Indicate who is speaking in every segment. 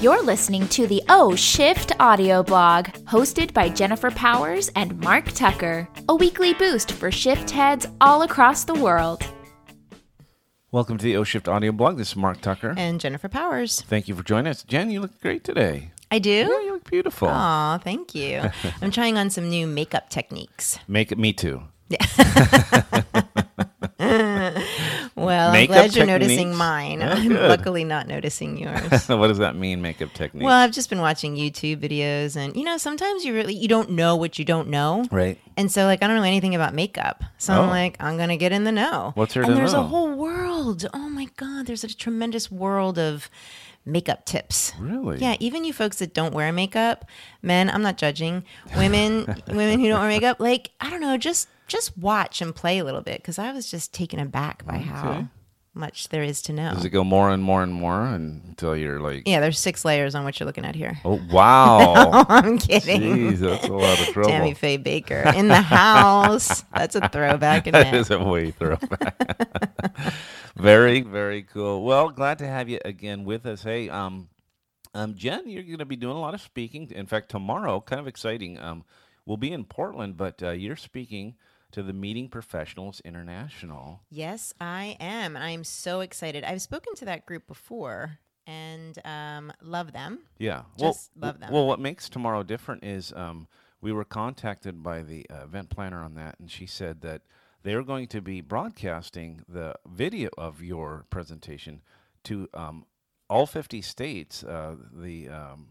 Speaker 1: You're listening to the O Shift audio blog, hosted by Jennifer Powers and Mark Tucker, a weekly boost for shift heads all across the world.
Speaker 2: Welcome to the O Shift Audio Blog. This is Mark Tucker.
Speaker 3: and Jennifer Powers.
Speaker 2: Thank you for joining us. Jen, you look great today.
Speaker 3: I
Speaker 2: Yeah,
Speaker 3: do.
Speaker 2: you look beautiful.
Speaker 3: Aw, thank you. I'm trying on some new makeup techniques.
Speaker 2: Make it me too.
Speaker 3: Well,
Speaker 2: Makeup
Speaker 3: I'm glad you're
Speaker 2: techniques?
Speaker 3: noticing mine.
Speaker 2: Oh,
Speaker 3: I'm
Speaker 2: good.
Speaker 3: luckily not noticing yours.
Speaker 2: what does that mean, makeup technique?
Speaker 3: well, I've just been watching YouTube videos, and you know, sometimes you really you don't know what you don't know.
Speaker 2: right.
Speaker 3: And so, like, I don't know anything about makeup, so I'm
Speaker 2: Oh.
Speaker 3: like, I'm gonna get in the know.
Speaker 2: What's there
Speaker 3: And
Speaker 2: to
Speaker 3: there's
Speaker 2: know?
Speaker 3: a whole world. Oh my God, there's a tremendous world of makeup tips.
Speaker 2: Really?
Speaker 3: Yeah, even you folks that don't wear makeup, men, I'm not judging. Women, women who don't wear makeup, like I don't know, just just watch and play a little bit because I was just taken aback by how much there is to know.
Speaker 2: Does it go more and more and more until you're like,
Speaker 3: yeah, there's six layers on what you're looking at here.
Speaker 2: oh, wow.
Speaker 3: I'm kidding.
Speaker 2: Jeez, that's a lot of trouble.
Speaker 3: Tammy Faye Baker in the house. That's a throwback. Isn't
Speaker 2: That
Speaker 3: it?
Speaker 2: is a way throwback. very, very cool. Well, glad to have you again with us. Hey, um, um, Jen, you're going to be doing a lot of speaking. In fact, tomorrow, kind of exciting. Um, we'll be in Portland, but uh, you're speaking to the Meeting Professionals International.
Speaker 3: Yes, I am. And I am so excited. I've spoken to that group before and um, love them.
Speaker 2: Yeah,
Speaker 3: Just love them.
Speaker 2: Well, what makes tomorrow different is um, we were contacted by the uh, event planner on that, and she said that they're going to be broadcasting the video of your presentation to um, all 50 states. Uh, the um,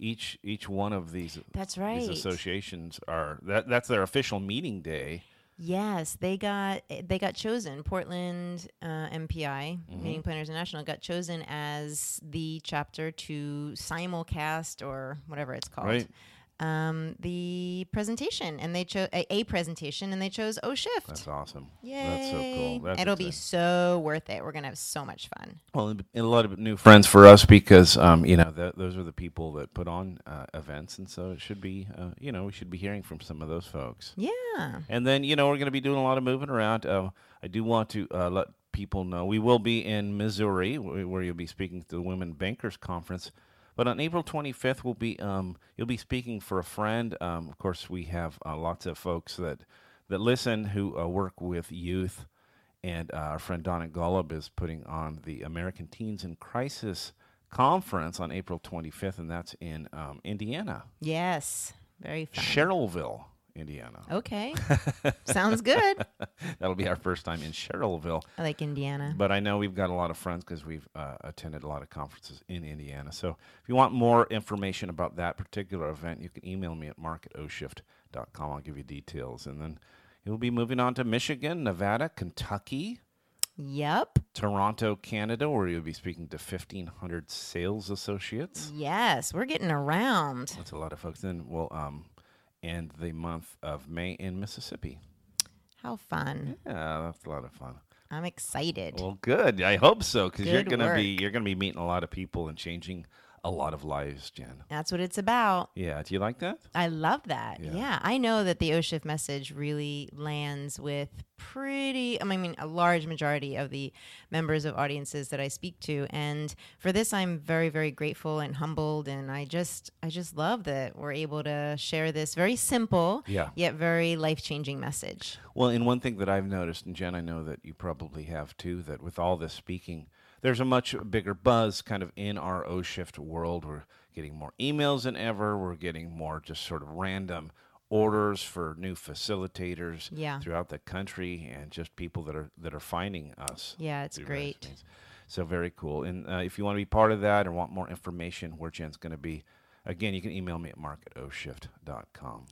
Speaker 2: each each one of these
Speaker 3: That's
Speaker 2: these associations are that that's their official meeting day.
Speaker 3: Yes, they got they got chosen. Portland uh, MPI
Speaker 2: Mm-hmm.
Speaker 3: Meeting Planners International got chosen as the chapter to simulcast or whatever it's called.
Speaker 2: Right.
Speaker 3: Um, the presentation, and they chose a, a presentation, and they chose O Shift.
Speaker 2: That's awesome.
Speaker 3: Yay!
Speaker 2: That's so cool. That's
Speaker 3: It'll
Speaker 2: exciting.
Speaker 3: be so worth it. We're gonna have so much fun.
Speaker 2: Well, and a lot of new friends for us because um, you know th- those are the people that put on uh, events, and so it should be uh, you know we should be hearing from some of those folks.
Speaker 3: Yeah.
Speaker 2: And then you know we're going to be doing a lot of moving around. Uh, I do want to uh, let people know we will be in Missouri wh- where you'll be speaking to the Women Bankers Conference. But on April 25th, we'll be um, you'll be speaking for a friend. Um, of course, we have uh, lots of folks that that listen who uh, work with youth. And uh, our friend Donna Golub is putting on the American Teens in Crisis Conference on April 25th, and that's in um, Indiana,
Speaker 3: Yes. Very fun.
Speaker 2: Sherrillville, Indiana.
Speaker 3: Okay. Sounds good.
Speaker 2: That'll be our first time in Sherrillville.
Speaker 3: I like Indiana.
Speaker 2: But I know we've got a lot of friends because we've uh, attended a lot of conferences in Indiana. So if you want more information about that particular event, you can email me at mark at oshift.com. I'll give you details. And then we'll be moving on to Michigan, Nevada, Kentucky,
Speaker 3: Yep.
Speaker 2: Toronto, Canada, where you'll be speaking to 1,500 sales associates.
Speaker 3: Yes, we're getting around.
Speaker 2: That's a lot of folks. Then we'll um, end the month of May in Mississippi.
Speaker 3: How fun.
Speaker 2: Yeah, that's a lot of fun.
Speaker 3: I'm excited.
Speaker 2: Well, good. I hope so because you're
Speaker 3: Good
Speaker 2: gonna be you're gonna be meeting a lot of people and changing a lot of lives, Jen.
Speaker 3: That's what it's about.
Speaker 2: Yeah. Do you like that?
Speaker 3: I love that.
Speaker 2: Yeah.
Speaker 3: Yeah. I know that the O Shift message really lands with pretty, I mean, a large majority of the members of audiences that I speak to. And for this, I'm very, very grateful and humbled. And I just, I just love that we're able to share this very simple,
Speaker 2: Yeah.
Speaker 3: yet very life changing message.
Speaker 2: Well, and one thing that I've noticed, and Jen, I know that you probably have too, that with all this speaking, there's a much bigger buzz kind of in our O shift world. We're getting more emails than ever. We're getting more just sort of random orders for new facilitators
Speaker 3: Yeah.
Speaker 2: throughout the country and just people that are that are finding us.
Speaker 3: Yeah, it's
Speaker 2: through various
Speaker 3: great.
Speaker 2: means. So very cool. And uh, if you want to be part of that or want more information, where Jen's going to be, again, you can email me at mark at oshift.com.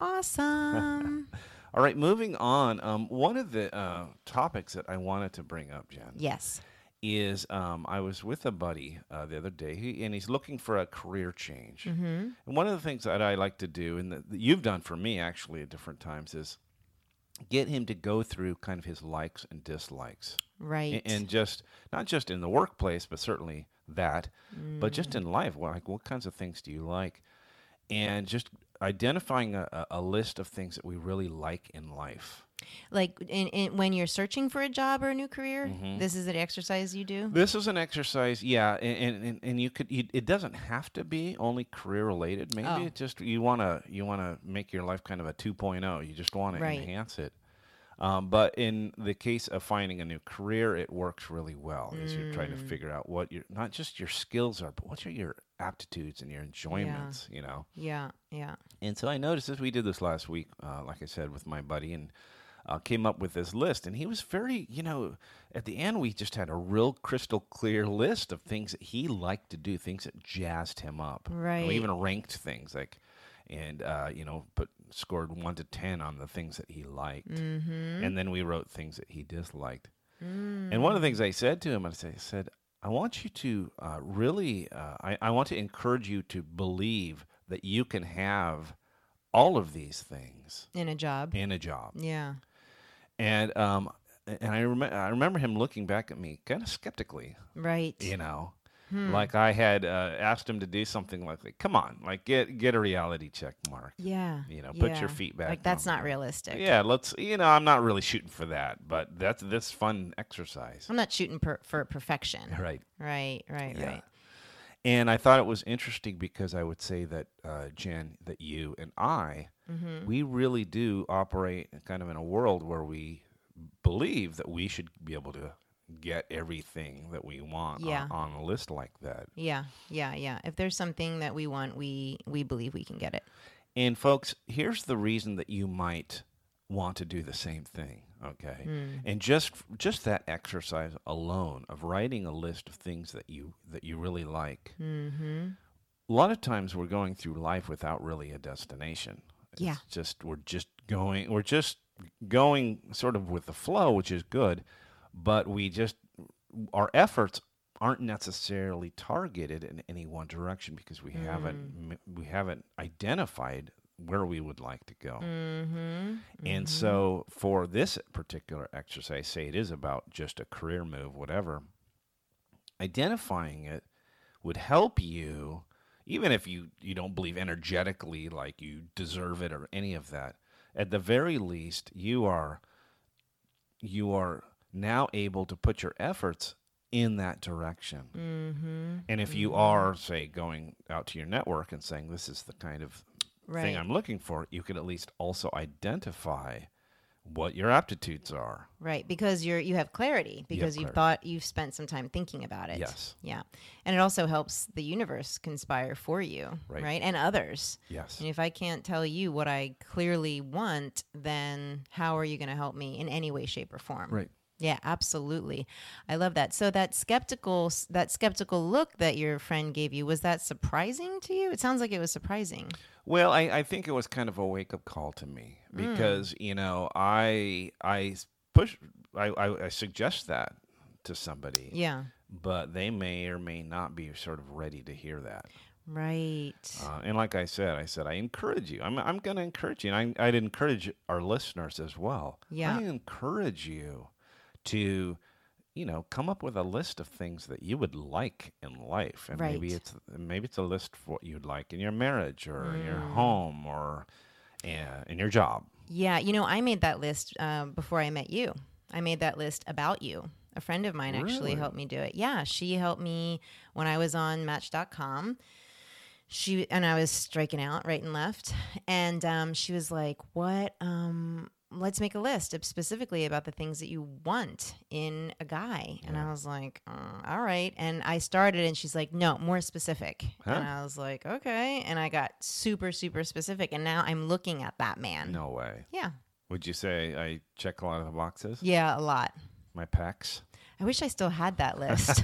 Speaker 3: Awesome.
Speaker 2: All right, moving on. Um, one of the uh, topics that I wanted to bring up, Jen,
Speaker 3: yes.
Speaker 2: is um, I was with a buddy uh, the other day, he, and he's looking for a career change. And one of the things that I like to do, and that that you've done for me actually at different times, is get him to go through kind of his likes and dislikes a-
Speaker 3: Right.
Speaker 2: and, just not just in the workplace, but certainly that, but just in life. wha- Like, what kinds of things do you like? and just identifying a, a- a list of things that we really like in life.
Speaker 3: Like in, in, when you're searching for a job or a new career,
Speaker 2: Mm-hmm.
Speaker 3: this is an exercise you do.
Speaker 2: This is an exercise, yeah, and and, and you could. You, it doesn't have to be only career related. Maybe
Speaker 3: Oh.
Speaker 2: it just you want to you want to make your life kind of a 2.0. You just want to
Speaker 3: Right.
Speaker 2: enhance it. Um, but in the case of finding a new career, it works really well as you're trying
Speaker 3: Mm.
Speaker 2: to figure out what your not just your skills are, but what are your aptitudes and your enjoyments. You know.
Speaker 3: Yeah, yeah.
Speaker 2: And so I noticed this. We did this last week, uh, like I said, with my buddy, and uh, came up with this list. And he was very, you know, at the end, we just had a real crystal clear list of things that he liked to do, things that jazzed him up. And
Speaker 3: Right.
Speaker 2: we even ranked things like, and, uh, you know, put scored one to 10 on the things that he liked.
Speaker 3: Mm-hmm.
Speaker 2: And then we wrote things that he disliked.
Speaker 3: Mm.
Speaker 2: And one of the things I said to him, I said, I said, I want you to uh, really, uh, I, I want to encourage you to believe that you can have all of these things
Speaker 3: In a job.
Speaker 2: in a job.
Speaker 3: Mm-hmm. Yeah.
Speaker 2: And um, and I remember, I remember him looking back at me kind of skeptically,
Speaker 3: Right.
Speaker 2: you know, like I had uh, asked him to do something like, like, come on, like get get a reality check, Mark.
Speaker 3: Yeah.
Speaker 2: You know, put your feet back
Speaker 3: Like that's
Speaker 2: on
Speaker 3: not realistic.
Speaker 2: Yeah, let's. You know, I'm not really shooting for that, but that's this fun exercise.
Speaker 3: I'm not shooting per- for perfection.
Speaker 2: Right.
Speaker 3: Right, right,
Speaker 2: Yeah.
Speaker 3: right.
Speaker 2: And I thought it was interesting because I would say that, uh, Jen, that you and I, we really do operate kind of in a world where we believe that we should be able to get everything that we want on-
Speaker 3: Yeah.
Speaker 2: on, a list like that.
Speaker 3: Yeah, yeah, yeah. If there's something that we want, we we believe we can get it.
Speaker 2: And, folks, here's the reason that you might want to do the same thing okay
Speaker 3: Hmm.
Speaker 2: and just just that exercise alone of writing a list of things that you that you really like
Speaker 3: Mm-hmm.
Speaker 2: a lot of times we're going through life without really a destination. It's
Speaker 3: Yeah.
Speaker 2: Just we're just going we're just going sort of with the flow, which is good, but we just our efforts aren't necessarily targeted in any one direction because we haven't
Speaker 3: Mm.
Speaker 2: m- we haven't identified where we would like to go.
Speaker 3: Mm-hmm.
Speaker 2: And so for this particular exercise, say it is about just a career move, whatever, identifying it would help you, even if you, you don't believe energetically like you deserve it or any of that, at the very least, you are you are now able to put your efforts in that direction.
Speaker 3: Mm-hmm.
Speaker 2: And if you are, say, going out to your network and saying, this is the kind of
Speaker 3: Right.
Speaker 2: thing I'm looking for, you can at least also identify what your aptitudes are.
Speaker 3: Right, because you're you have clarity because you've
Speaker 2: clarity.
Speaker 3: thought you've spent some time thinking about it.
Speaker 2: Yes.
Speaker 3: Yeah. And it also helps the universe conspire for you,
Speaker 2: Right.
Speaker 3: right? And others.
Speaker 2: Yes.
Speaker 3: And if I can't tell you what I clearly want, then how are you going to help me in any way shape or form?
Speaker 2: Right.
Speaker 3: Yeah, absolutely. I love that. So that skeptical that skeptical look that your friend gave you was that surprising to you? It sounds like it was surprising.
Speaker 2: Well, I, I think it was kind of a wake up call to me
Speaker 3: Mm.
Speaker 2: because, you know, I I s- push I, I, I suggest that to somebody.
Speaker 3: Yeah.
Speaker 2: But they may or may not be sort of ready to hear that.
Speaker 3: Right.
Speaker 2: Uh, and like I said, I said, I encourage you. I'm, I'm going to encourage you. And I, I'd encourage our listeners as well.
Speaker 3: Yeah.
Speaker 2: I encourage you to, you know, come up with a list of things that you would like in life. And maybe
Speaker 3: Right.
Speaker 2: it's maybe it's a list for what you'd like in your marriage or in
Speaker 3: Mm.
Speaker 2: your home or uh, in your job.
Speaker 3: Yeah, you know, I made that list uh, before I met you. I made that list about you. A friend of mine actually
Speaker 2: Really?
Speaker 3: helped me do it. Yeah, she helped me when I was on Match.com. She and I was striking out right and left, and um, she was like, "What? Um, let's make a list of- specifically about the things that you want in a guy." And I was like, uh, "All right." And I started, and she's like, "No, more specific."
Speaker 2: Huh?
Speaker 3: And I was like, "Okay." And I got super, super specific, and now I'm looking at that man.
Speaker 2: No way.
Speaker 3: Yeah.
Speaker 2: Would you say I check a lot of the boxes?
Speaker 3: Yeah, a lot.
Speaker 2: My pecs?
Speaker 3: I wish I still had that list.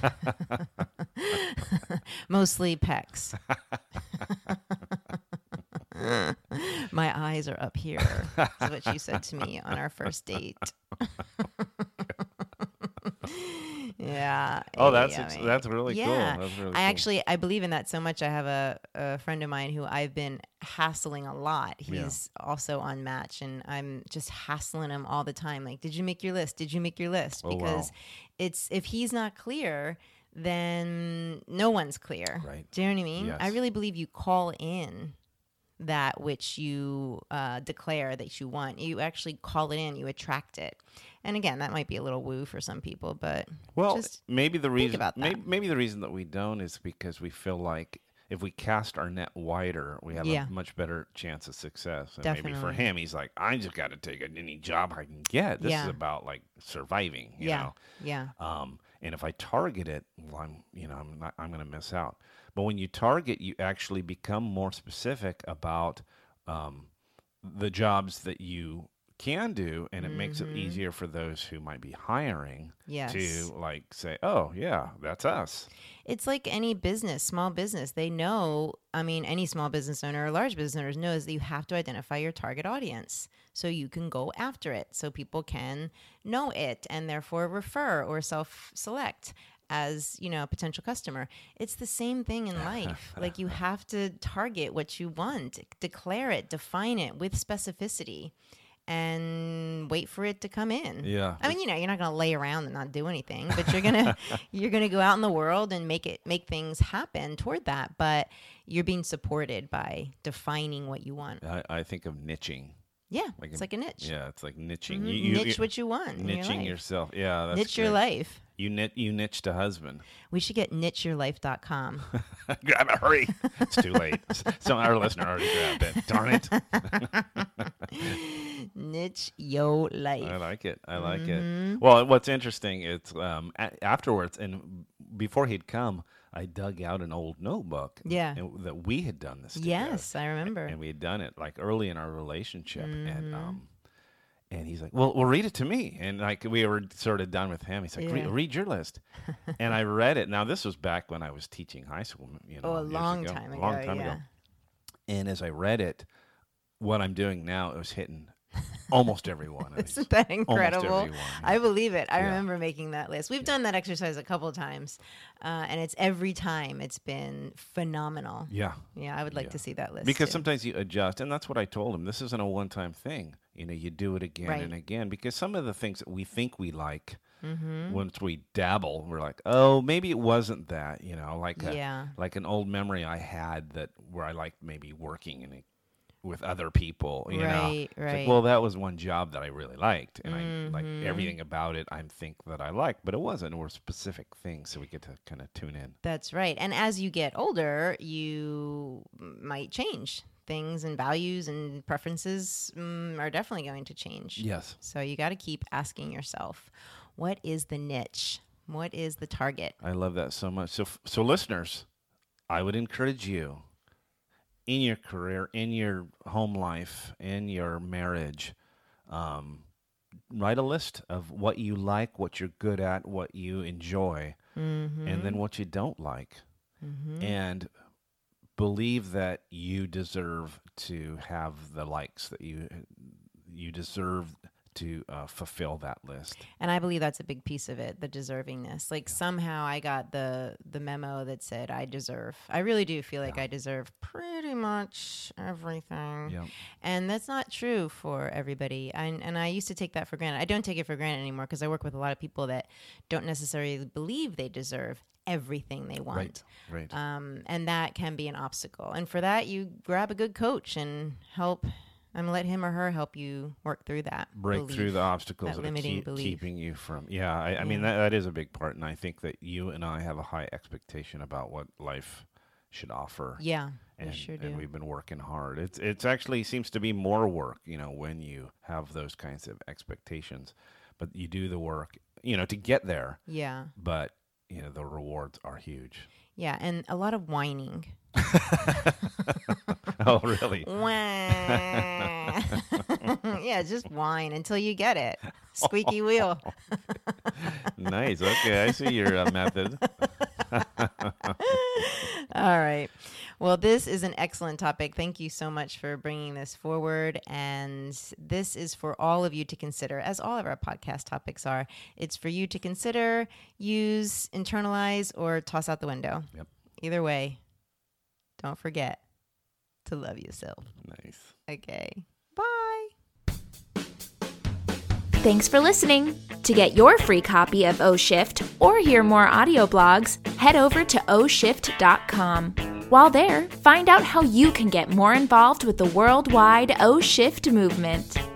Speaker 3: Mostly pecs. My eyes are up here. Is what you said to me on our first date. yeah.
Speaker 2: Oh, that's
Speaker 3: yeah,
Speaker 2: ex-
Speaker 3: man.
Speaker 2: that's really cool.
Speaker 3: Yeah.
Speaker 2: That's really Oh, cool.
Speaker 3: I actually I believe in that so much. I have a, a friend of mine who I've been hassling a lot.
Speaker 2: Yeah.
Speaker 3: He's also on Match, and I'm just hassling him all the time. Like, did you make your list? Did you make your list?
Speaker 2: Oh, wow.
Speaker 3: because it's if he's not clear, then no one's clear.
Speaker 2: Right.
Speaker 3: Do you know what I mean? I
Speaker 2: Yes.
Speaker 3: really believe you call in that which you uh, declare that you want. You actually call it in, you attract it. And again, that might be a little woo for some people, but
Speaker 2: Well,
Speaker 3: just
Speaker 2: maybe the reason
Speaker 3: about
Speaker 2: may-
Speaker 3: that.
Speaker 2: maybe the reason that we don't is because we feel like if we cast our net wider, we have
Speaker 3: Yeah.
Speaker 2: a much better chance of success. And maybe for
Speaker 3: Definitely.
Speaker 2: him, he's like, I just got to take any job I can get. This
Speaker 3: Yeah.
Speaker 2: is about like surviving, you
Speaker 3: yeah,
Speaker 2: know.
Speaker 3: yeah,
Speaker 2: Um, and if I target it, well, I'm you know I'm not, I'm going to miss out. But when you target, you actually become more specific about um, the jobs that you can do, and it makes
Speaker 3: Mm-hmm.
Speaker 2: it easier for those who might be hiring
Speaker 3: yes.
Speaker 2: to like say, "Oh yeah, that's us."
Speaker 3: It's like any business, small business. They know, I mean, any small business owner or large business owner knows that you have to identify your target audience so you can go after it, so people can know it and therefore refer or self select as you know a potential customer it's the same thing in life like you have to target what you want declare it define it with specificity and wait for it to come in
Speaker 2: Yeah.
Speaker 3: I mean, you know, you're not gonna lay around and not do anything, but you're gonna you're gonna go out in the world and make it make things happen toward that. But you're being supported by defining what you want.
Speaker 2: I, I think of niching.
Speaker 3: Yeah,
Speaker 2: Like
Speaker 3: it's
Speaker 2: a-
Speaker 3: like a niche.
Speaker 2: Yeah, it's like niching.
Speaker 3: Mhm.
Speaker 2: You, you,
Speaker 3: niche
Speaker 2: you-
Speaker 3: what you want. in your
Speaker 2: niching
Speaker 3: life.
Speaker 2: yourself. Yeah, that's
Speaker 3: niche your
Speaker 2: great.
Speaker 3: life.
Speaker 2: You nit, you niched a husband.
Speaker 3: We should get nicheyourlife.com.
Speaker 2: Grab it, hurry! It's too late. S- Some our listener already grabbed it. Darn it!
Speaker 3: niche yo life.
Speaker 2: I like it. I like
Speaker 3: Mm-hmm.
Speaker 2: it. Well, what's interesting, it's um, a- afterwards and before he'd come, I dug out an old notebook.
Speaker 3: Yeah.
Speaker 2: and- that we had done this. together.
Speaker 3: yes, I remember.
Speaker 2: and we had done it like early in our relationship
Speaker 3: Mm-hmm.
Speaker 2: and um and he's like well well read it to me and like we were sort of done with him he's like "Re-
Speaker 3: Yeah.
Speaker 2: read your list and i read it now this was back when i was teaching high school you know
Speaker 3: oh, a
Speaker 2: years
Speaker 3: long time
Speaker 2: a
Speaker 3: ago.
Speaker 2: long time
Speaker 3: yeah.
Speaker 2: ago and as i read it what i'm doing now is hitting almost everyone of these.
Speaker 3: Isn't that incredible?
Speaker 2: everyone,
Speaker 3: I believe it. I
Speaker 2: Yeah.
Speaker 3: remember making that list. We've done that exercise a couple of times, uh, and it's every time it's been phenomenal.
Speaker 2: yeah
Speaker 3: Yeah, I would like
Speaker 2: Yeah.
Speaker 3: to see that list
Speaker 2: because
Speaker 3: too.
Speaker 2: sometimes you adjust and that's what i told him this isn't a one-time thing you know you do it again
Speaker 3: Right.
Speaker 2: and again because some of the things that we think we like
Speaker 3: Mm-hmm.
Speaker 2: once we dabble we're like oh maybe it wasn't that you know like a,
Speaker 3: Yeah.
Speaker 2: like an old memory i had that where i liked maybe working in a, with other people you know
Speaker 3: Right,
Speaker 2: It's like,
Speaker 3: right. Mm-hmm.
Speaker 2: well that was one job that i really liked and i like everything about it i think that i liked but it wasn't it were specific things so we get to kind of tune in
Speaker 3: That's right. And as you get older, you might change things and values and preferences mm, are definitely going to change.
Speaker 2: yes
Speaker 3: So you got to keep asking yourself, what is the niche? What is the target?
Speaker 2: I love that so much. So, f- so listeners, I would encourage you in your career, in your home life, in your marriage, um, write a list of what you like, what you're good at, what you enjoy, and then what you don't like, and believe that you deserve to have the likes that you you deserve to uh, fulfill that list.
Speaker 3: and i believe that's a big piece of it the deservingness like somehow i got the the memo that said i deserve i really do feel like i deserve pretty much everything
Speaker 2: Yep.
Speaker 3: and that's not true for everybody and, and i used to take that for granted i don't take it for granted anymore because i work with a lot of people that don't necessarily believe they deserve everything they want
Speaker 2: Right. Right.
Speaker 3: um, and that can be an obstacle. And for that, you grab a good coach and help, and let him or her help you work through that.
Speaker 2: break through
Speaker 3: belief.
Speaker 2: the obstacles that, are
Speaker 3: limiting
Speaker 2: keep-
Speaker 3: belief.
Speaker 2: keeping you from yeah i, I mean that, that is a big part and i think that you and i have a high expectation about what life should offer
Speaker 3: Yeah, we
Speaker 2: and,
Speaker 3: sure do.
Speaker 2: and we've been working hard it's it's actually seems to be more work you know when you have those kinds of expectations but you do the work you know to get there
Speaker 3: yeah,
Speaker 2: but you know the rewards are huge
Speaker 3: yeah, and a lot of whining.
Speaker 2: oh really
Speaker 3: Wah. yeah, just whine until you get it. Squeaky wheel.
Speaker 2: nice okay i see your uh, method
Speaker 3: All right. Well, this is an excellent topic. Thank you so much for bringing this forward. And this is for all of you to consider, as all of our podcast topics are. It's for you to consider, use, internalize, or toss out the window.
Speaker 2: Yep.
Speaker 3: Either way, don't forget to love yourself.
Speaker 2: nice
Speaker 3: Okay. Bye.
Speaker 1: Thanks for listening. To get your free copy of O Shift or hear more audio blogs, head over to oshift.com. While there, find out how you can get more involved with the worldwide O Shift movement.